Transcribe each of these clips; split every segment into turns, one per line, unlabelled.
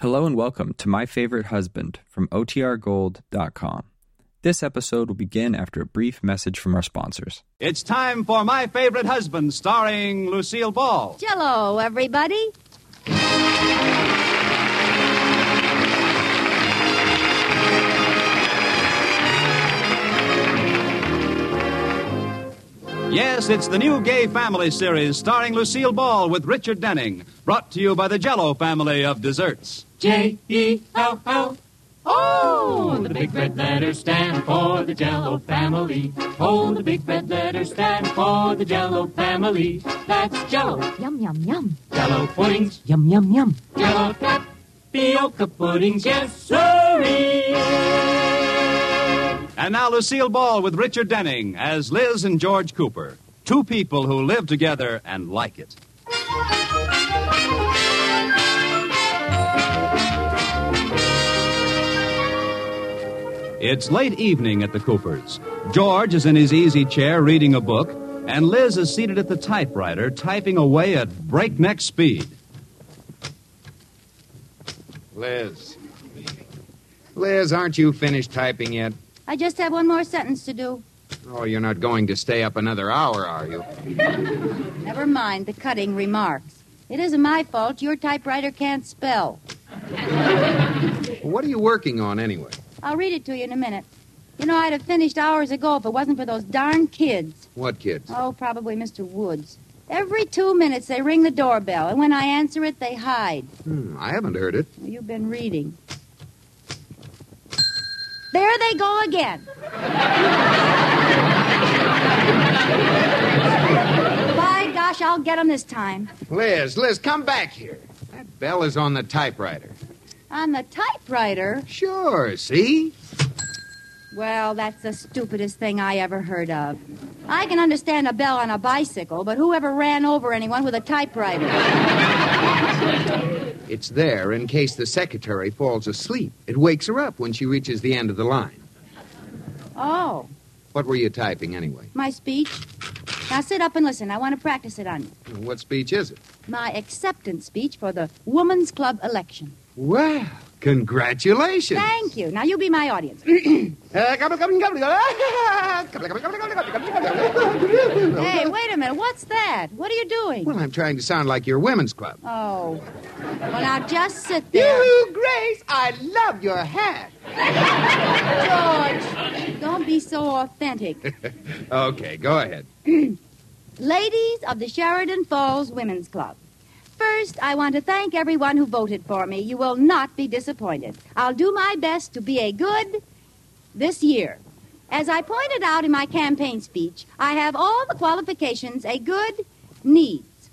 Hello and welcome to My Favorite Husband from OTRGold.com. This episode will begin after a brief message from our sponsors.
It's time for My Favorite Husband, starring Lucille Ball.
Jello, everybody.
Yes, it's the new gay family series starring Lucille Ball with Richard Denning, brought to you by the Jello family of desserts.
J E L L. Oh, the big red letters stand for the Jello family. Oh, the big red letters stand for the Jello family. That's Jello,
Yum, yum, yum.
Jello puddings,
Yum, yum, yum.
Jello tapioca puddings. Yes, sirree.
And now Lucille Ball with Richard Denning as Liz and George Cooper, two people who live together and like it. It's late evening at the Coopers. George is in his easy chair reading a book, and Liz is seated at the typewriter typing away at breakneck speed.
Liz. Liz, aren't you finished typing yet?
I just have one more sentence to do.
Oh, you're not going to stay up another hour, are you?
Never mind the cutting remarks. It isn't my fault your typewriter can't spell.
What are you working on anyway?
I'll read it to you in a minute. You know, I'd have finished hours ago if it wasn't for those darn kids.
What kids?
Oh, probably Mr. Woods. Every two minutes they ring the doorbell, and when I answer it, they hide.
Hmm, I haven't heard it.
You've been reading. There they go again. By gosh, I'll get 'em this time.
Liz, Liz, come back here. That bell is on the typewriter.
On the typewriter?
Sure, see?
Well, that's the stupidest thing I ever heard of. I can understand a bell on a bicycle, but whoever ran over anyone with a typewriter?
It's there in case the secretary falls asleep. It wakes her up when she reaches the end of the line.
Oh,
What were you typing anyway?
my speech? Now sit up and listen. I want to practice it on you.
What speech is it?
My acceptance speech for the Woman's Club election.
Well, congratulations.
Thank you. Now you be my audience.
Uh, gobble, gobble, gobble, gobble. Gobble, gobble, gobble, gobble, gobble, gobble, gobble.
Hey, wait a minute. What's that? What are you doing?
Well, I'm trying to sound like your women's club.
Oh. Well, now just sit there.
Yoo-hoo, Grace, I love your hat.
George, don't be so authentic.
Okay, go ahead.
Ladies of the Sheridan Falls Women's Club. First, I want to thank everyone who voted for me. You will not be disappointed. I'll do my best to be a good this year. As I pointed out in my campaign speech, I have all the qualifications a good needs.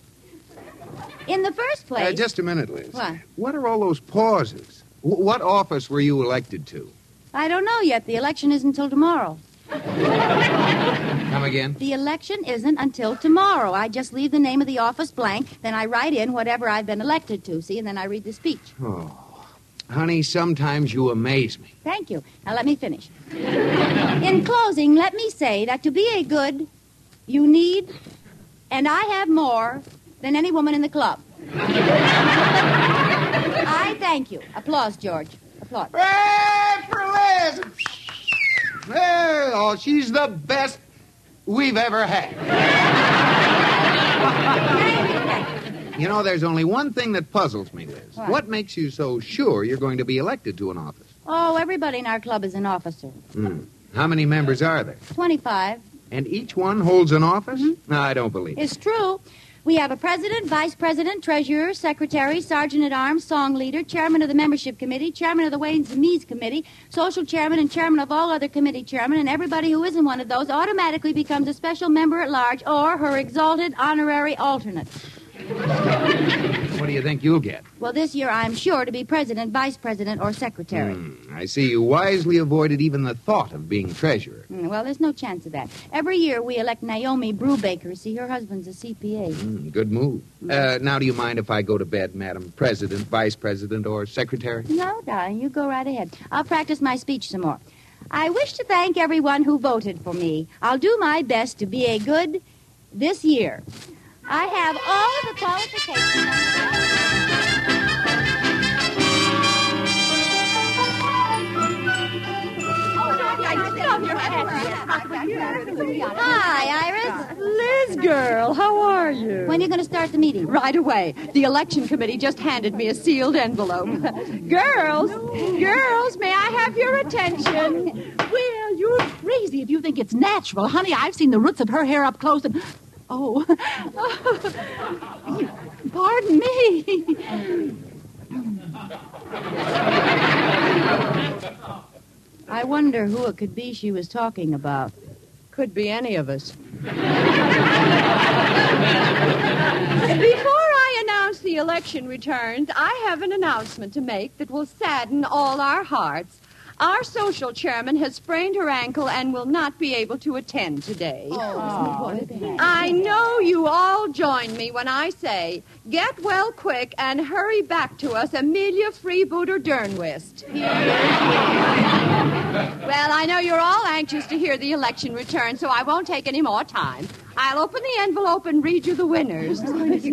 In the first
Uh,
place,
just a minute, Liz.
What?
What are all those pauses? W- what office were you elected to?
I don't know yet. The election isn't until tomorrow.
Come again?
The election isn't until tomorrow. I just leave the name of the office blank, then I write in whatever I've been elected to, see, and then I read the speech.
Honey, sometimes you amaze me.
Thank you. Now let me finish. in closing, let me say that to be a good, you need, and I have more than any woman in the club. I thank you. Applause, George. Applause.
Hooray for Liz! Well, oh, she's the best we've ever had.
Thank you, thank you.
You know, there's only one thing that puzzles me, Liz.
What?
what makes you so sure you're going to be elected to an office?
Oh, everybody in our club is an officer.
How many members are there?
25.
And each one holds an office?
Mm-hmm.
No, I don't believe it.
It's true. We have a president, vice president, treasurer, secretary, sergeant at arms, song leader, chairman of the membership committee, chairman of the Waynes and Mees committee, social chairman, and chairman of all other committee chairmen. And everybody who isn't one of those automatically becomes a special member at large or her exalted honorary alternate.
What do you think you'll get?
Well, this year I'm sure to be president, vice president, or secretary.
I see you wisely avoided even the thought of being treasurer.
Mm, Well, there's no chance of that. Every year we elect Naomi Brubaker. See, her husband's a CPA.
Mm, good move. Uh, now, do you mind if I go to bed, Madam President, Vice President, or Secretary?
No, darling, you go right ahead. I'll practice my speech some more. I wish to thank everyone who voted for me. I'll do my best to be a good this year. I have all of the qualifications. Oh, Hi, Iris.
Liz, girl, how are you?
When are you going to start the meeting?
Right away. The election committee just handed me a sealed envelope. girls, girls, may I have your attention?
Well, you're crazy if you think it's natural. Honey, I've seen the roots of her hair up close and. Oh. Pardon me.
I wonder who it could be she was talking about.
Could be any of us. Before I announce the election returns, I have an announcement to make that will sadden all our hearts. Our social chairman has sprained her ankle and will not be able to attend today. I know you all join me when I say, get well quick and hurry back to us, Amelia Freebooter Dernwist. well, I know you're all anxious to hear the election return, so I won't take any more time. I'll open the envelope and read you the winners.
Liz,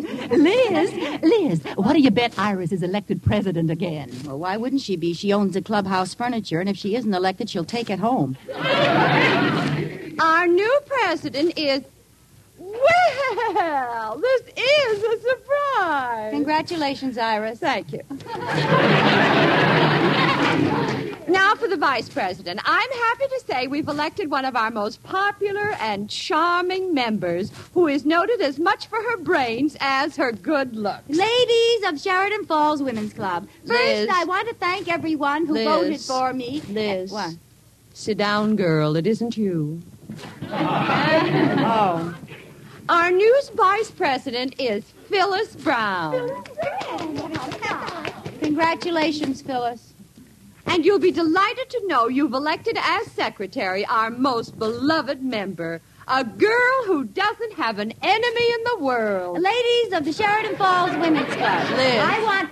Liz, what do you bet Iris is elected president again?
Well, why wouldn't she be? She owns the clubhouse furniture, and if she isn't elected, she'll take it home.
Our new president is. Well, this is a surprise.
Congratulations, Iris.
Thank you. now for the vice president. I'm happy to say we've elected one of our most popular and charming members who is noted as much for her brains as her good looks.
Ladies of Sheridan Falls Women's Club. First,
Liz.
I want to thank everyone who
Liz.
voted for me.
Liz.
What?
Sit down, girl. It isn't you. oh. Our new vice president is Phyllis Brown.
Congratulations, Phyllis.
And you'll be delighted to know you've elected as secretary our most beloved member, a girl who doesn't have an enemy in the world.
Ladies of the Sheridan Falls Women's Club.
Liz.
I want.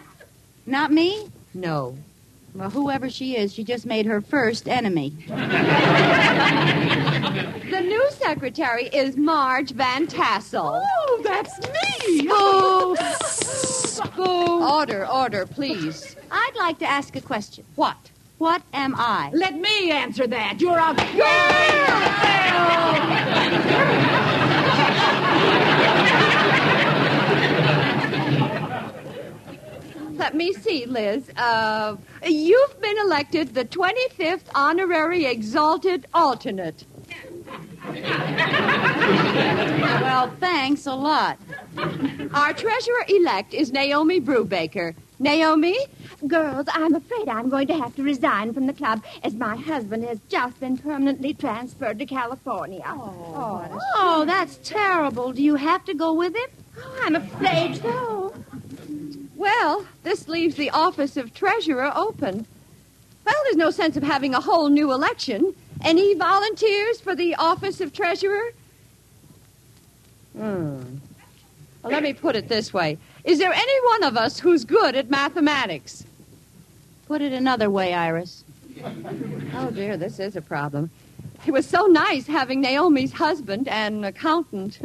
Not me?
No.
Well, whoever she is, she just made her first enemy.
The new secretary is Marge Van Tassel.
Oh, that's me.
Boo! Boo! Order, order, please.
I'd like to ask a question.
What?
What am I?
Let me answer that. You're a
Let me see, Liz. Uh, you've been elected the 25th honorary exalted alternate.
Well, thanks a lot.
Our treasurer elect is Naomi Brubaker. Naomi?
Girls, I'm afraid I'm going to have to resign from the club as my husband has just been permanently transferred to California. Oh,
Oh, that's terrible. Do you have to go with him?
I'm afraid so.
Well, this leaves the office of treasurer open. Well, there's no sense of having a whole new election. Any volunteers for the office of treasurer? Hmm. Well, let me put it this way Is there any one of us who's good at mathematics?
Put it another way, Iris.
Oh, dear, this is a problem. It was so nice having Naomi's husband an accountant.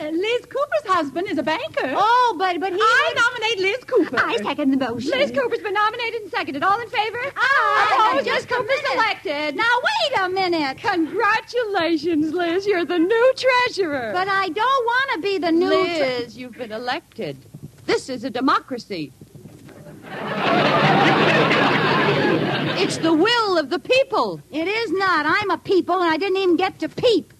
Uh, Liz Cooper's husband is a banker.
Oh, but but he.
I nominate Liz Cooper.
I second the motion.
Liz Cooper's been nominated and seconded. All in favor?
Ah,
Oh,
just
just
a
Cooper's
minute.
elected.
Now wait a minute.
Congratulations, Liz. You're the new treasurer.
But I don't want to be the new. tre-
Liz, you've been elected. This is a democracy. it's the will of the people.
it is not. I'm a people, and I didn't even get to peep.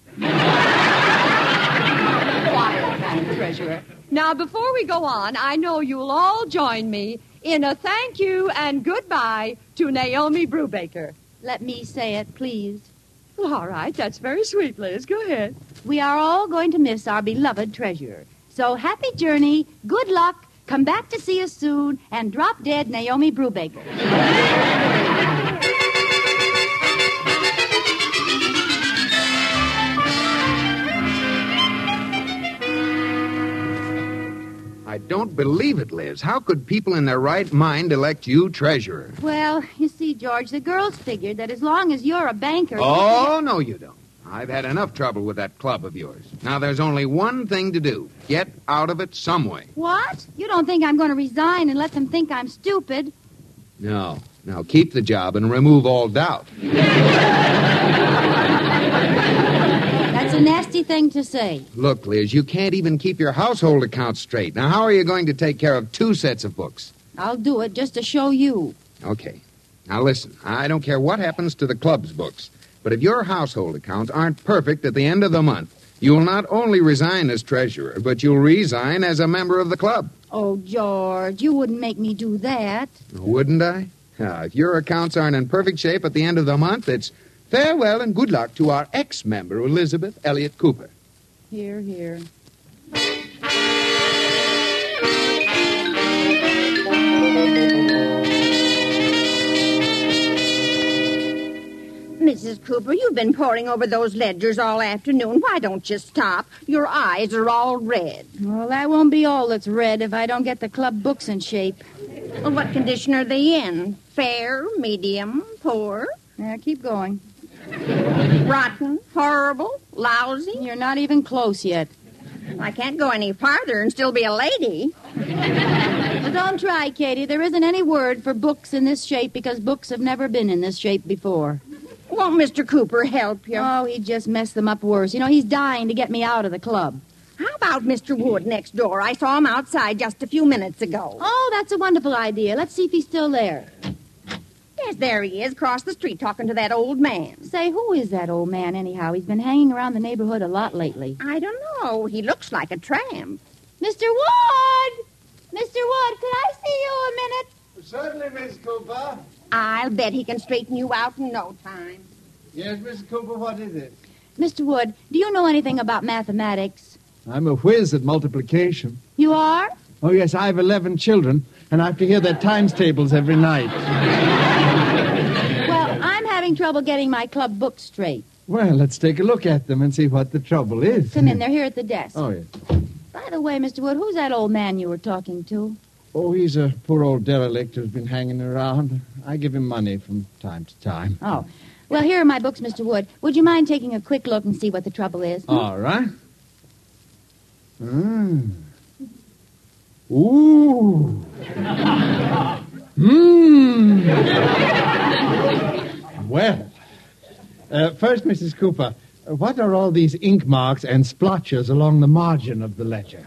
Quiet, Madam Treasurer. Now, before we go on, I know you'll all join me in a thank you and goodbye to Naomi Brubaker.
Let me say it, please.
Well, all right, that's very sweet, Liz. Go ahead.
We are all going to miss our beloved treasurer. So happy journey, good luck, come back to see us soon, and drop dead Naomi Brubaker.
I don't believe it, Liz. How could people in their right mind elect you treasurer?
Well, you see, George, the girls figured that as long as you're a banker.
Oh, no, you don't. I've had enough trouble with that club of yours. Now, there's only one thing to do get out of it some way.
What? You don't think I'm going to resign and let them think I'm stupid?
No. Now, keep the job and remove all doubt.
That's anything to say.
Look, Liz, you can't even keep your household accounts straight. Now, how are you going to take care of two sets of books?
I'll do it just to show you.
Okay. Now, listen, I don't care what happens to the club's books, but if your household accounts aren't perfect at the end of the month, you'll not only resign as treasurer, but you'll resign as a member of the club.
Oh, George, you wouldn't make me do that.
Wouldn't I? Ah, if your accounts aren't in perfect shape at the end of the month, it's farewell and good luck to our ex member, Elizabeth Elliott Cooper.
Here, here.
Mrs. Cooper, you've been poring over those ledgers all afternoon. Why don't you stop? Your eyes are all red.
Well, that won't be all that's red if I don't get the club books in shape.
Well, what condition are they in? Fair, medium, poor,
Yeah, keep going.
rotten, horrible, lousy?
You're not even close yet.
I can't go any farther and still be a lady.
Well, don't try, Katie. There isn't any word for books in this shape because books have never been in this shape before.
Won't Mr. Cooper help you?
Oh, he just messed them up worse. You know, he's dying to get me out of the club.
How about Mr. Wood next door? I saw him outside just a few minutes ago.
Oh, that's a wonderful idea. Let's see if he's still there.
Yes, there he is, across the street, talking to that old man.
Say, who is that old man, anyhow? He's been hanging around the neighborhood a lot lately.
I don't know. He looks like a tramp.
Mr. Wood! Mr. Wood, could I see you a minute?
Certainly, Miss Cooper.
I'll bet he can straighten you out in no time.
Yes, Miss Cooper, what is it?
Mr. Wood, do you know anything about mathematics?
I'm a whiz at multiplication.
You are?
Oh, yes, I have 11 children, and I have to hear their times tables every night.
Well, I'm having trouble getting my club book straight.
Well, let's take a look at them and see what the trouble is.
Come in, they're here at the desk.
Oh, yes.
By the way, Mr. Wood, who's that old man you were talking to?
Oh, he's a poor old derelict who's been hanging around. I give him money from time to time.
Oh. Well, here are my books, Mr. Wood. Would you mind taking a quick look and see what the trouble is?
All right. Mm. Ooh. Mmm. well, uh, first, Mrs. Cooper, uh, what are all these ink marks and splotches along the margin of the ledger?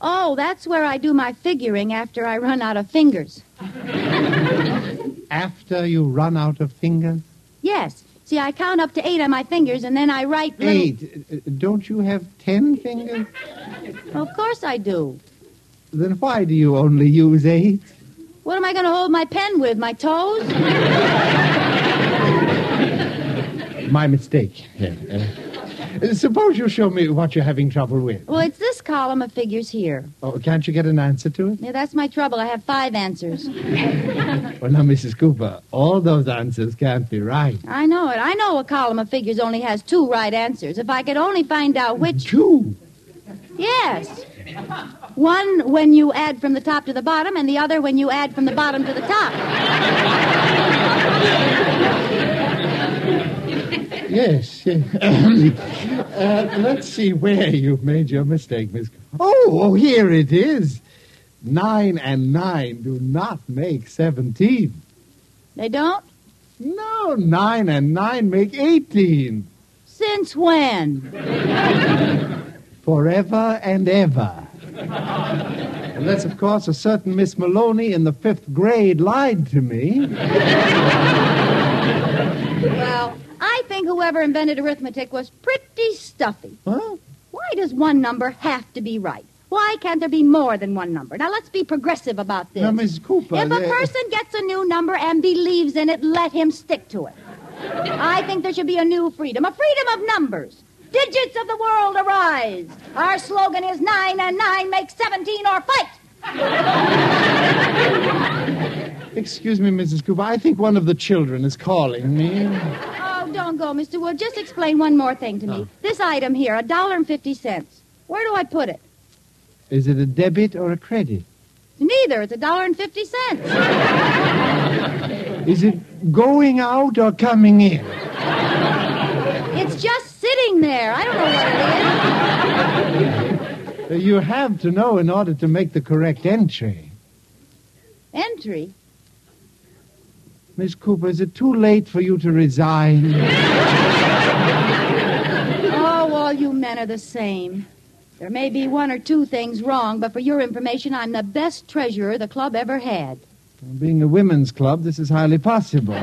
Oh, that's where I do my figuring after I run out of fingers.
After you run out of fingers?
Yes. See, I count up to eight on my fingers, and then I write little...
Eight. Uh, uh, Don't you have ten fingers?
Of course I do.
Then why do you only use eight?
What am I going to hold my pen with? My toes?
My mistake. Yeah, uh, suppose you show me what you're having trouble with.
Well, it's this column of figures here.
Oh, can't you get an answer to it?
Yeah, that's my trouble. I have five answers.
Well, now, Mrs. Cooper, all those answers can't be right.
I know it. I know a column of figures only has two right answers. If I could only find out which.
Two.
Yes. One when you add from the top to the bottom, and the other when you add from the bottom to the top.
Yes. yes. uh, let's see where you've made your mistake, Miss. Oh, oh, here it is. Nine and nine do not make seventeen.
They don't?
No, nine and nine make eighteen.
Since when?
Forever and ever. Unless, of course, a certain Miss Maloney in the fifth grade lied to me.
Well, I think whoever invented arithmetic was pretty stuffy.
Huh?
Why does one number have to be right? Why can't there be more than one number? Now, let's be progressive about this.
Now, Mrs. Cooper. uh,
If a
there-
person gets a new number and believes in it, let him stick to it. I think there should be a new freedom, a freedom of numbers. Digits of the world arise. Our slogan is nine and nine makes 17 or fight.
Excuse me, Mrs. Cooper. I think one of the children is calling me.
Oh, don't go, Mr. Wood. Just explain one more thing to me. This item here, a dollar and fifty cents. Where do I put it?
Is it a debit or a credit?
Neither. It's a dollar and fifty cents.
Is it going out or coming in?
It's just sitting there. I don't know what it is.
Uh, You have to know in order to make the correct entry.
Entry.
Miss Cooper, is it too late for you to resign?
Oh, all you men are the same. There may be one or two things wrong, but for your information, I'm the best treasurer the club ever had.
Being a women's club, this is highly possible.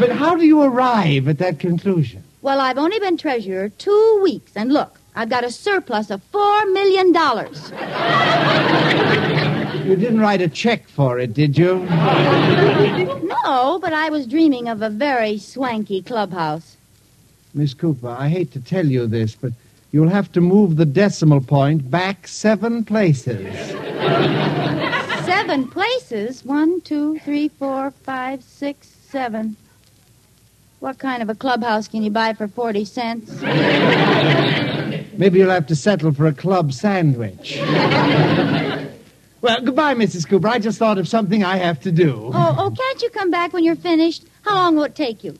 but how do you arrive at that conclusion?
Well, I've only been treasurer two weeks, and look, I've got a surplus of four million dollars.
You didn't write a check for it, did you?
No, but I was dreaming of a very swanky clubhouse.
Miss Cooper, I hate to tell you this, but you'll have to move the decimal point back seven places.
Seven places. One, two, three, four, five, six, seven. What kind of a clubhouse can you buy for 40 cents?
Maybe you'll have to settle for a club sandwich. well, goodbye, Mrs. Cooper. I just thought of something I have to do.
Oh, oh, can't you come back when you're finished? How long will it take you?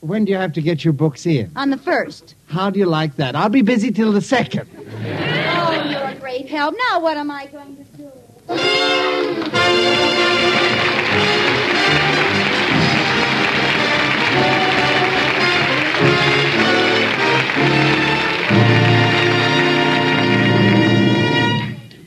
When do you have to get your books in?
On the first.
How do you like that? I'll be busy till the second.
Oh, you're a great help. Now what am I going to do?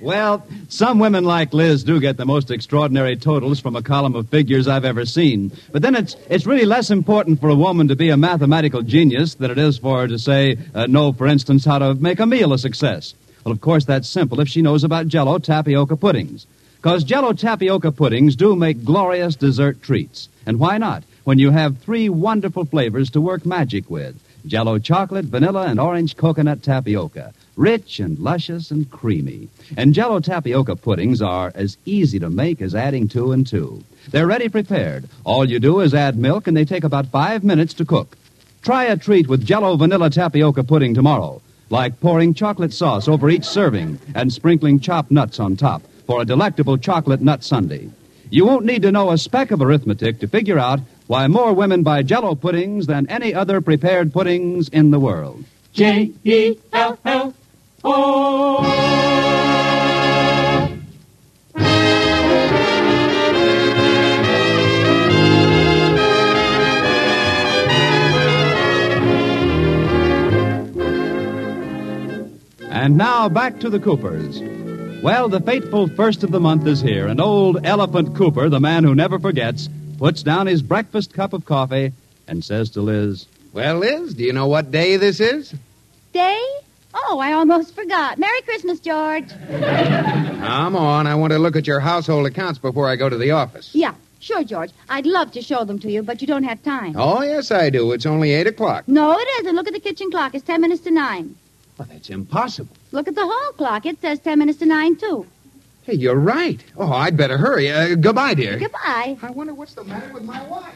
Well, some women like Liz do get the most extraordinary totals from a column of figures I've ever seen. But then it's, it's really less important for a woman to be a mathematical genius than it is for her to say, uh, know, for instance, how to make a meal a success. Well, of course, that's simple if she knows about jello tapioca puddings. Because jello tapioca puddings do make glorious dessert treats. And why not when you have three wonderful flavors to work magic with jello chocolate, vanilla, and orange coconut tapioca? Rich and luscious and creamy. And jello tapioca puddings are as easy to make as adding two and two. They're ready prepared. All you do is add milk, and they take about five minutes to cook. Try a treat with jello vanilla tapioca pudding tomorrow, like pouring chocolate sauce over each serving and sprinkling chopped nuts on top for a delectable chocolate nut sundae. You won't need to know a speck of arithmetic to figure out why more women buy jello puddings than any other prepared puddings in the world.
J E L L O.
And now back to the Coopers. Well, the fateful first of the month is here, and old Elephant Cooper, the man who never forgets, puts down his breakfast cup of coffee and says to Liz,
Well, Liz, do you know what day this is?
Day? Oh, I almost forgot. Merry Christmas, George.
Come on, I want to look at your household accounts before I go to the office.
Yeah, sure, George. I'd love to show them to you, but you don't have time.
Oh, yes, I do. It's only 8 o'clock.
No, it isn't. Look at the kitchen clock. It's ten minutes to nine.
Well, that's impossible.
Look at the hall clock. It says ten minutes to nine, too.
Hey, you're right. Oh, I'd better hurry. Uh, goodbye, dear.
Goodbye.
I wonder what's the matter with my wife.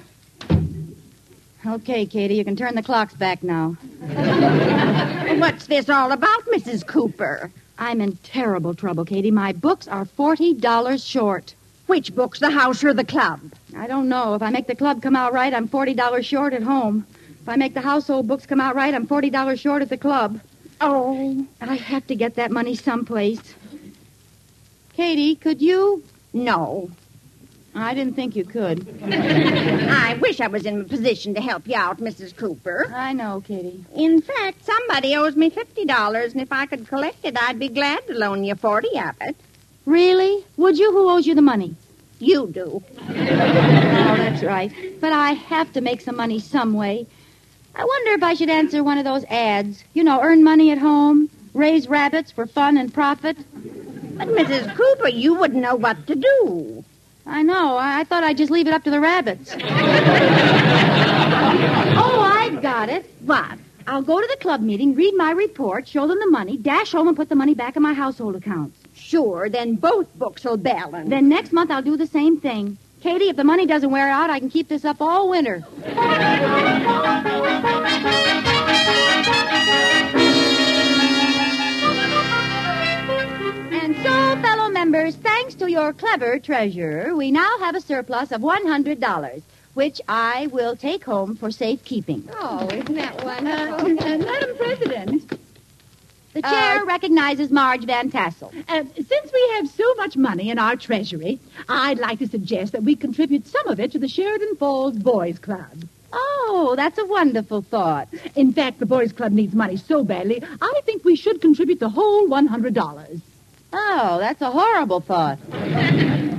Okay, Katie, you can turn the clocks back now.
What's this all about, Mrs. Cooper?
I'm in terrible trouble, Katie. My books are $40 short.
Which books, the house or the club?
I don't know. If I make the club come out right, I'm $40 short at home. If I make the household books come out right, I'm $40 short at the club.
Oh,
I have to get that money someplace. Katie, could you?
no.
I didn't think you could.
I wish I was in a position to help you out, Mrs. Cooper.
I know, Katie.
In fact, somebody owes me $50, and if I could collect it, I'd be glad to loan you 40 of it.
Really? Would you? Who owes you the money?
You do.
Oh, that's right. But I have to make some money some way. I wonder if I should answer one of those ads. You know, earn money at home, raise rabbits for fun and profit.
But, Mrs. Cooper, you wouldn't know what to do.
I know. I, I thought I'd just leave it up to the rabbits. oh, I've got it.
What?
I'll go to the club meeting, read my report, show them the money, dash home and put the money back in my household accounts.
Sure, then both books will balance.
Then next month I'll do the same thing. Katie, if the money doesn't wear out, I can keep this up all winter. And so, fellow members, thanks to your clever treasurer, we now have a surplus of $100, which I will take home for safekeeping.
Oh, isn't that
Uh,
wonderful? Madam President,
The chair recognizes Marge Van Tassel.
Uh, since we have so much money in our treasury, I'd like to suggest that we contribute some of it to the Sheridan Falls Boys Club.
Oh, that's a wonderful thought.
In fact, the boys' club needs money so badly, I think we should contribute the whole $100.
Oh, that's a horrible thought.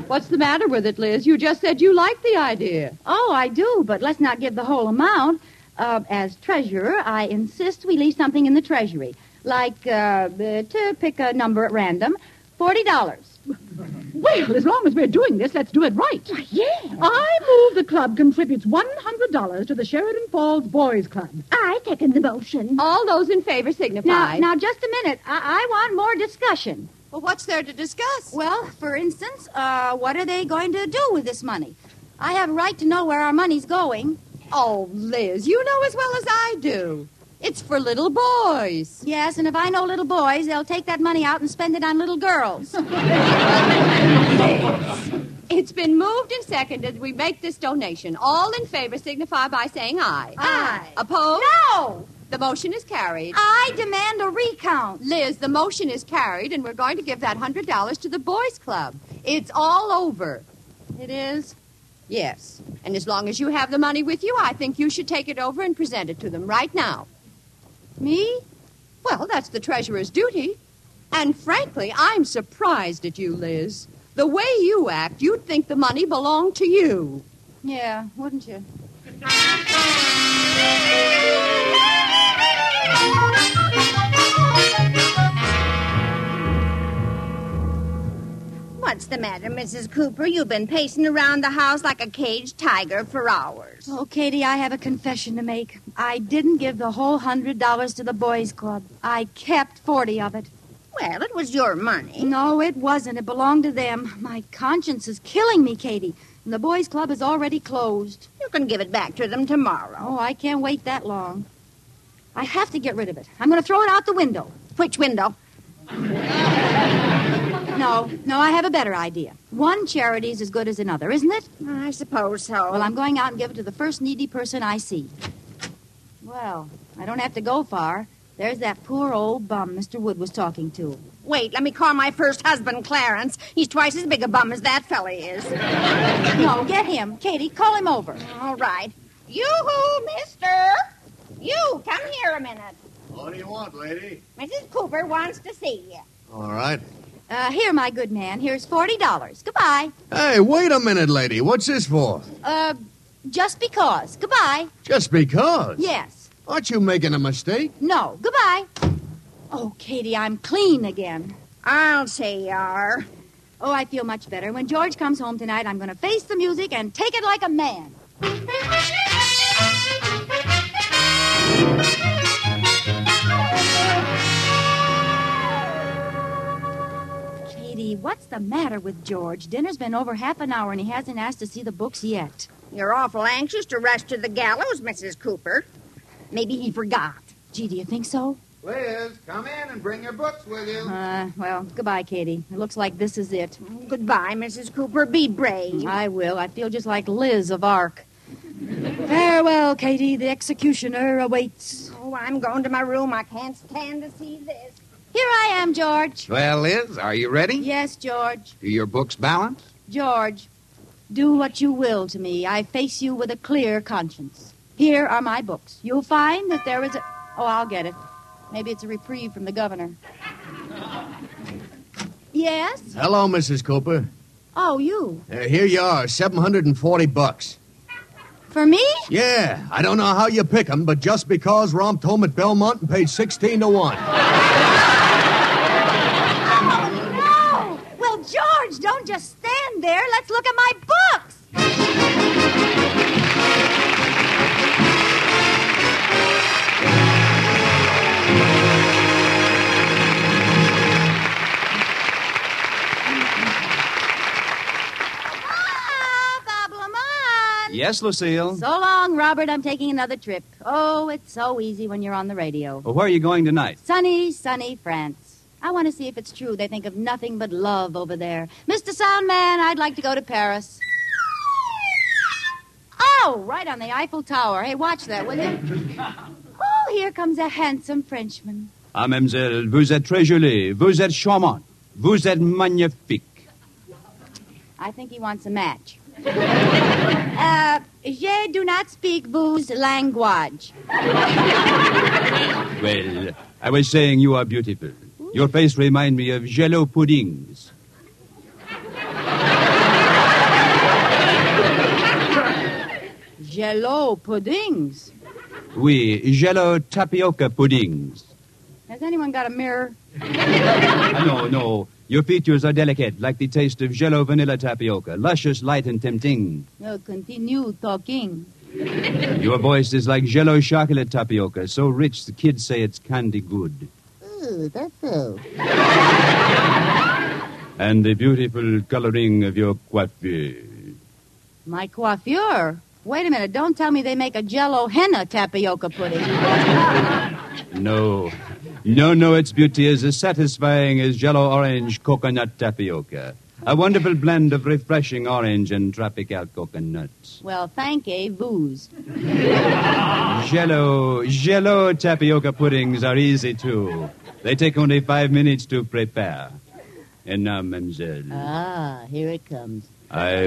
What's the matter with it, Liz? You just said you liked the idea.
Oh, I do, but let's not give the whole amount. Uh, as treasurer, I insist we leave something in the treasury, like uh, uh, to pick a number at random, forty dollars.
Well, as long as we're doing this, let's do it right. Why, yeah. I move the club contributes $100 to the Sheridan Falls Boys Club. Oh,
I second the motion.
All those in favor signify.
Now, now, just a minute. I, I want more discussion.
Well, what's there to discuss?
Well, for instance, uh, what are they going to do with this money? I have a right to know where our money's going.
Oh, Liz, you know as well as I do. It's for little boys.
Yes, and if I know little boys, they'll take that money out and spend it on little girls.
It's been moved and seconded. We make this donation. All in favor signify by saying aye.
Aye.
Opposed?
no!
The motion is carried.
I demand a recount.
Liz, the motion is carried, and we're going to give that $100 to the boys' club. It's all over.
It is.
Yes. And as long as you have the money with you, I think you should take it over and present it to them right now.
Me?
Well, that's the treasurer's duty. And frankly, I'm surprised at you, Liz. The way you act, you'd think the money belonged to you.
Yeah, wouldn't you?
What's the matter, Mrs. Cooper? You've been pacing around the house like a caged tiger for hours.
Oh, Katie, I have a confession to make. I didn't give the whole hundred dollars to the boys' club. I kept forty of it.
Well, it was your money.
No, it wasn't. It belonged to them. My conscience is killing me, Katie. And the boys' club is already closed.
You can give it back to them tomorrow.
Oh, I can't wait that long. I have to get rid of it. I'm going to throw it out the window.
Which window?
No, no, I have a better idea. One charity's as good as another, isn't it?
I suppose so.
Well, I'm going out and give it to the first needy person I see. Well, I don't have to go far. There's that poor old bum Mr. Wood was talking to.
Wait, let me call my first husband, Clarence. He's twice as big a bum as that fella is.
No, get him. Katie, call him over.
All right. You-hoo, mister! You, come here a minute.
What do you want, lady?
Mrs. Cooper wants to see you.
All right.
Uh, here, my good man. Here's $40. Goodbye.
Hey, wait a minute, lady. What's this for?
Uh, just because. Goodbye.
Just because?
Yes.
Aren't you making a mistake?
No. Goodbye. Oh, Katie, I'm clean again.
I'll say you are.
Oh, I feel much better. When George comes home tonight, I'm going to face the music and take it like a man. Katie, what's the matter with George? Dinner's been over half an hour and he hasn't asked to see the books yet.
You're awful anxious to rush to the gallows, Mrs. Cooper. Maybe he forgot.
Gee, do you think so?
Liz, come in and bring your books with you.
Uh, well, goodbye, Katie. It looks like this is it.
Goodbye, Mrs. Cooper. Be brave.
I will. I feel just like Liz of Arc. Farewell, Katie. The executioner awaits.
Oh, I'm going to my room. I can't stand to see this.
Here I am, George.
Well, Liz, are you ready?
Yes, George.
Do your books balance?
George, do what you will to me. I face you with a clear conscience. Here are my books. You'll find that there is a. Oh, I'll get it. Maybe it's a reprieve from the governor. Yes?
Hello, Mrs. Cooper.
Oh, you.
Uh, here you are, 740 bucks.
For me?
Yeah, I don't know how you pick 'em, but just because romped home at Belmont and paid 16 to 1.
Oh, no! Well, George, don't just stand there. Let's look at my books. Ah, Pablo Mon.
Yes, Lucille.
So long, Robert. I'm taking another trip. Oh, it's so easy when you're on the radio.
Well, where are you going tonight?
Sunny, sunny France. I want to see if it's true they think of nothing but love over there. Mr. Soundman, I'd like to go to Paris. Oh, right on the Eiffel Tower. Hey, watch that, will you? Oh, here comes a handsome Frenchman.
Ah, mademoiselle, vous êtes très jolie. Vous êtes charmante. Vous êtes magnifique.
I think he wants a match. uh, Je do not speak vos language.
Well, I was saying you are beautiful. Your face remind me of jello puddings.
Jello puddings.
We jello tapioca puddings.
Has anyone got a mirror?
Ah, no, no. Your features are delicate, like the taste of jello vanilla tapioca, luscious, light, and tempting.
No, continue talking.
Your voice is like jello chocolate tapioca, so rich the kids say it's candy good.
Ooh, that's so.
And the beautiful coloring of your coiffure.
My coiffure. Wait a minute. Don't tell me they make a jello henna tapioca pudding.
No. No, no, its beauty is as satisfying as jello orange coconut tapioca. A wonderful blend of refreshing orange and tropical coconut.
well, thank a vos.
Jello, jello tapioca puddings are easy too. They take only five minutes to prepare. And now, mademoiselle,
Ah, here it comes.
I,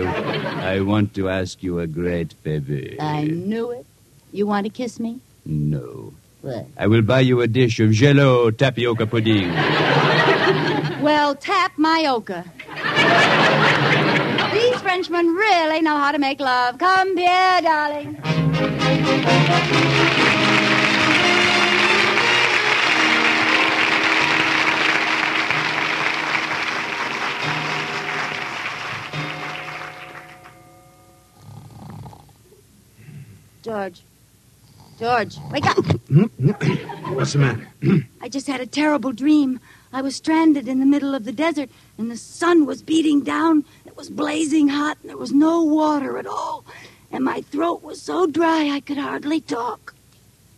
I want to ask you a great favor.
I knew it. You want to kiss me?
No.
What?
I will buy you a dish of jello tapioca pudding.
Well, tap my oka. These Frenchmen really know how to make love. Come here, darling. George. George, wake up.
What's the matter?
I just had a terrible dream. I was stranded in the middle of the desert, and the sun was beating down. It was blazing hot, and there was no water at all. And my throat was so dry I could hardly talk.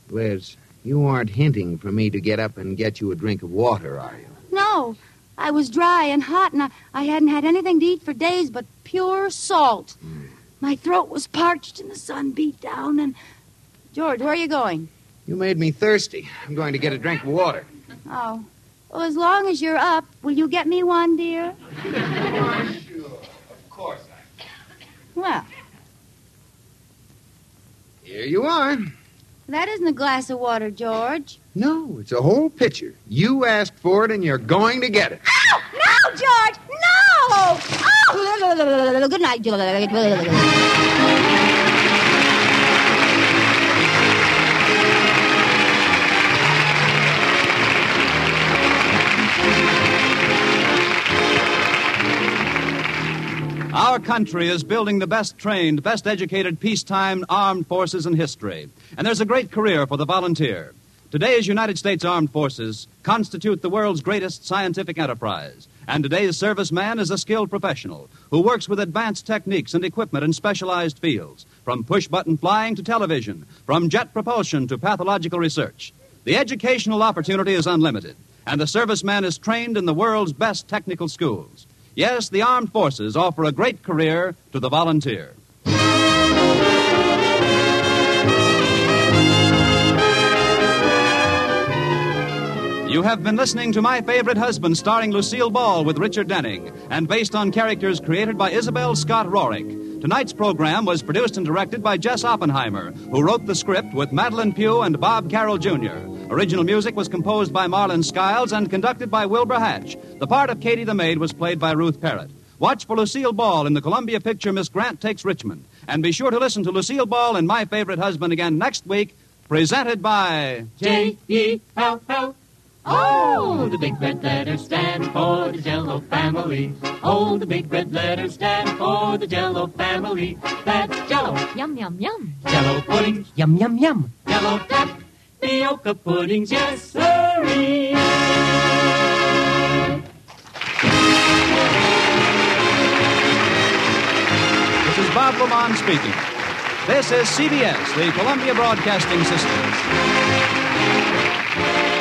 Liz, you aren't hinting for me to get up and get you a drink of water, are you?
No, I was dry and hot, and I, I hadn't had anything to eat for days but pure salt. My throat was parched, and the sun beat down. And George, where are you going?
You made me thirsty. I'm going to get a drink of water.
Oh, well, as long as you're up, will you get me one, dear?
Of course.
Well,
Here you are.
that isn't a glass of water, George.
No, it's a whole pitcher. You asked for it, and you're going to get it.
No, George, no! Oh, good night, George.
Our country is building the best trained, best educated peacetime armed forces in history. And there's a great career for the volunteer. Today's United States Armed Forces constitute the world's greatest scientific enterprise. And today's serviceman is a skilled professional who works with advanced techniques and equipment in specialized fields, from push button flying to television, from jet propulsion to pathological research. The educational opportunity is unlimited, and the serviceman is trained in the world's best technical schools. Yes, the armed forces offer a great career to the volunteer. You have been listening to My Favorite Husband, starring Lucille Ball with Richard Denning, and based on characters created by Isabel Scott Rorick. Tonight's program was produced and directed by Jess Oppenheimer, who wrote the script with Madeline Pugh and Bob Carroll Jr. Original music was composed by Marlon Skiles and conducted by Wilbur Hatch. The part of Katie the Maid was played by Ruth Parrott. Watch for Lucille Ball in the Columbia picture Miss Grant Takes Richmond. And be sure to listen to Lucille Ball and My Favorite Husband again next week, presented by.
J E L L. Oh, the big red letters stand for the Jello family. Oh, the big red letters stand for the Jello family. That's Jello,
Yum, yum, yum.
Jello puddings,
Yum, yum, yum.
Jello tapioca puddings, yes sirree.
This is Bob Lamont speaking. This is CBS, the Columbia Broadcasting System.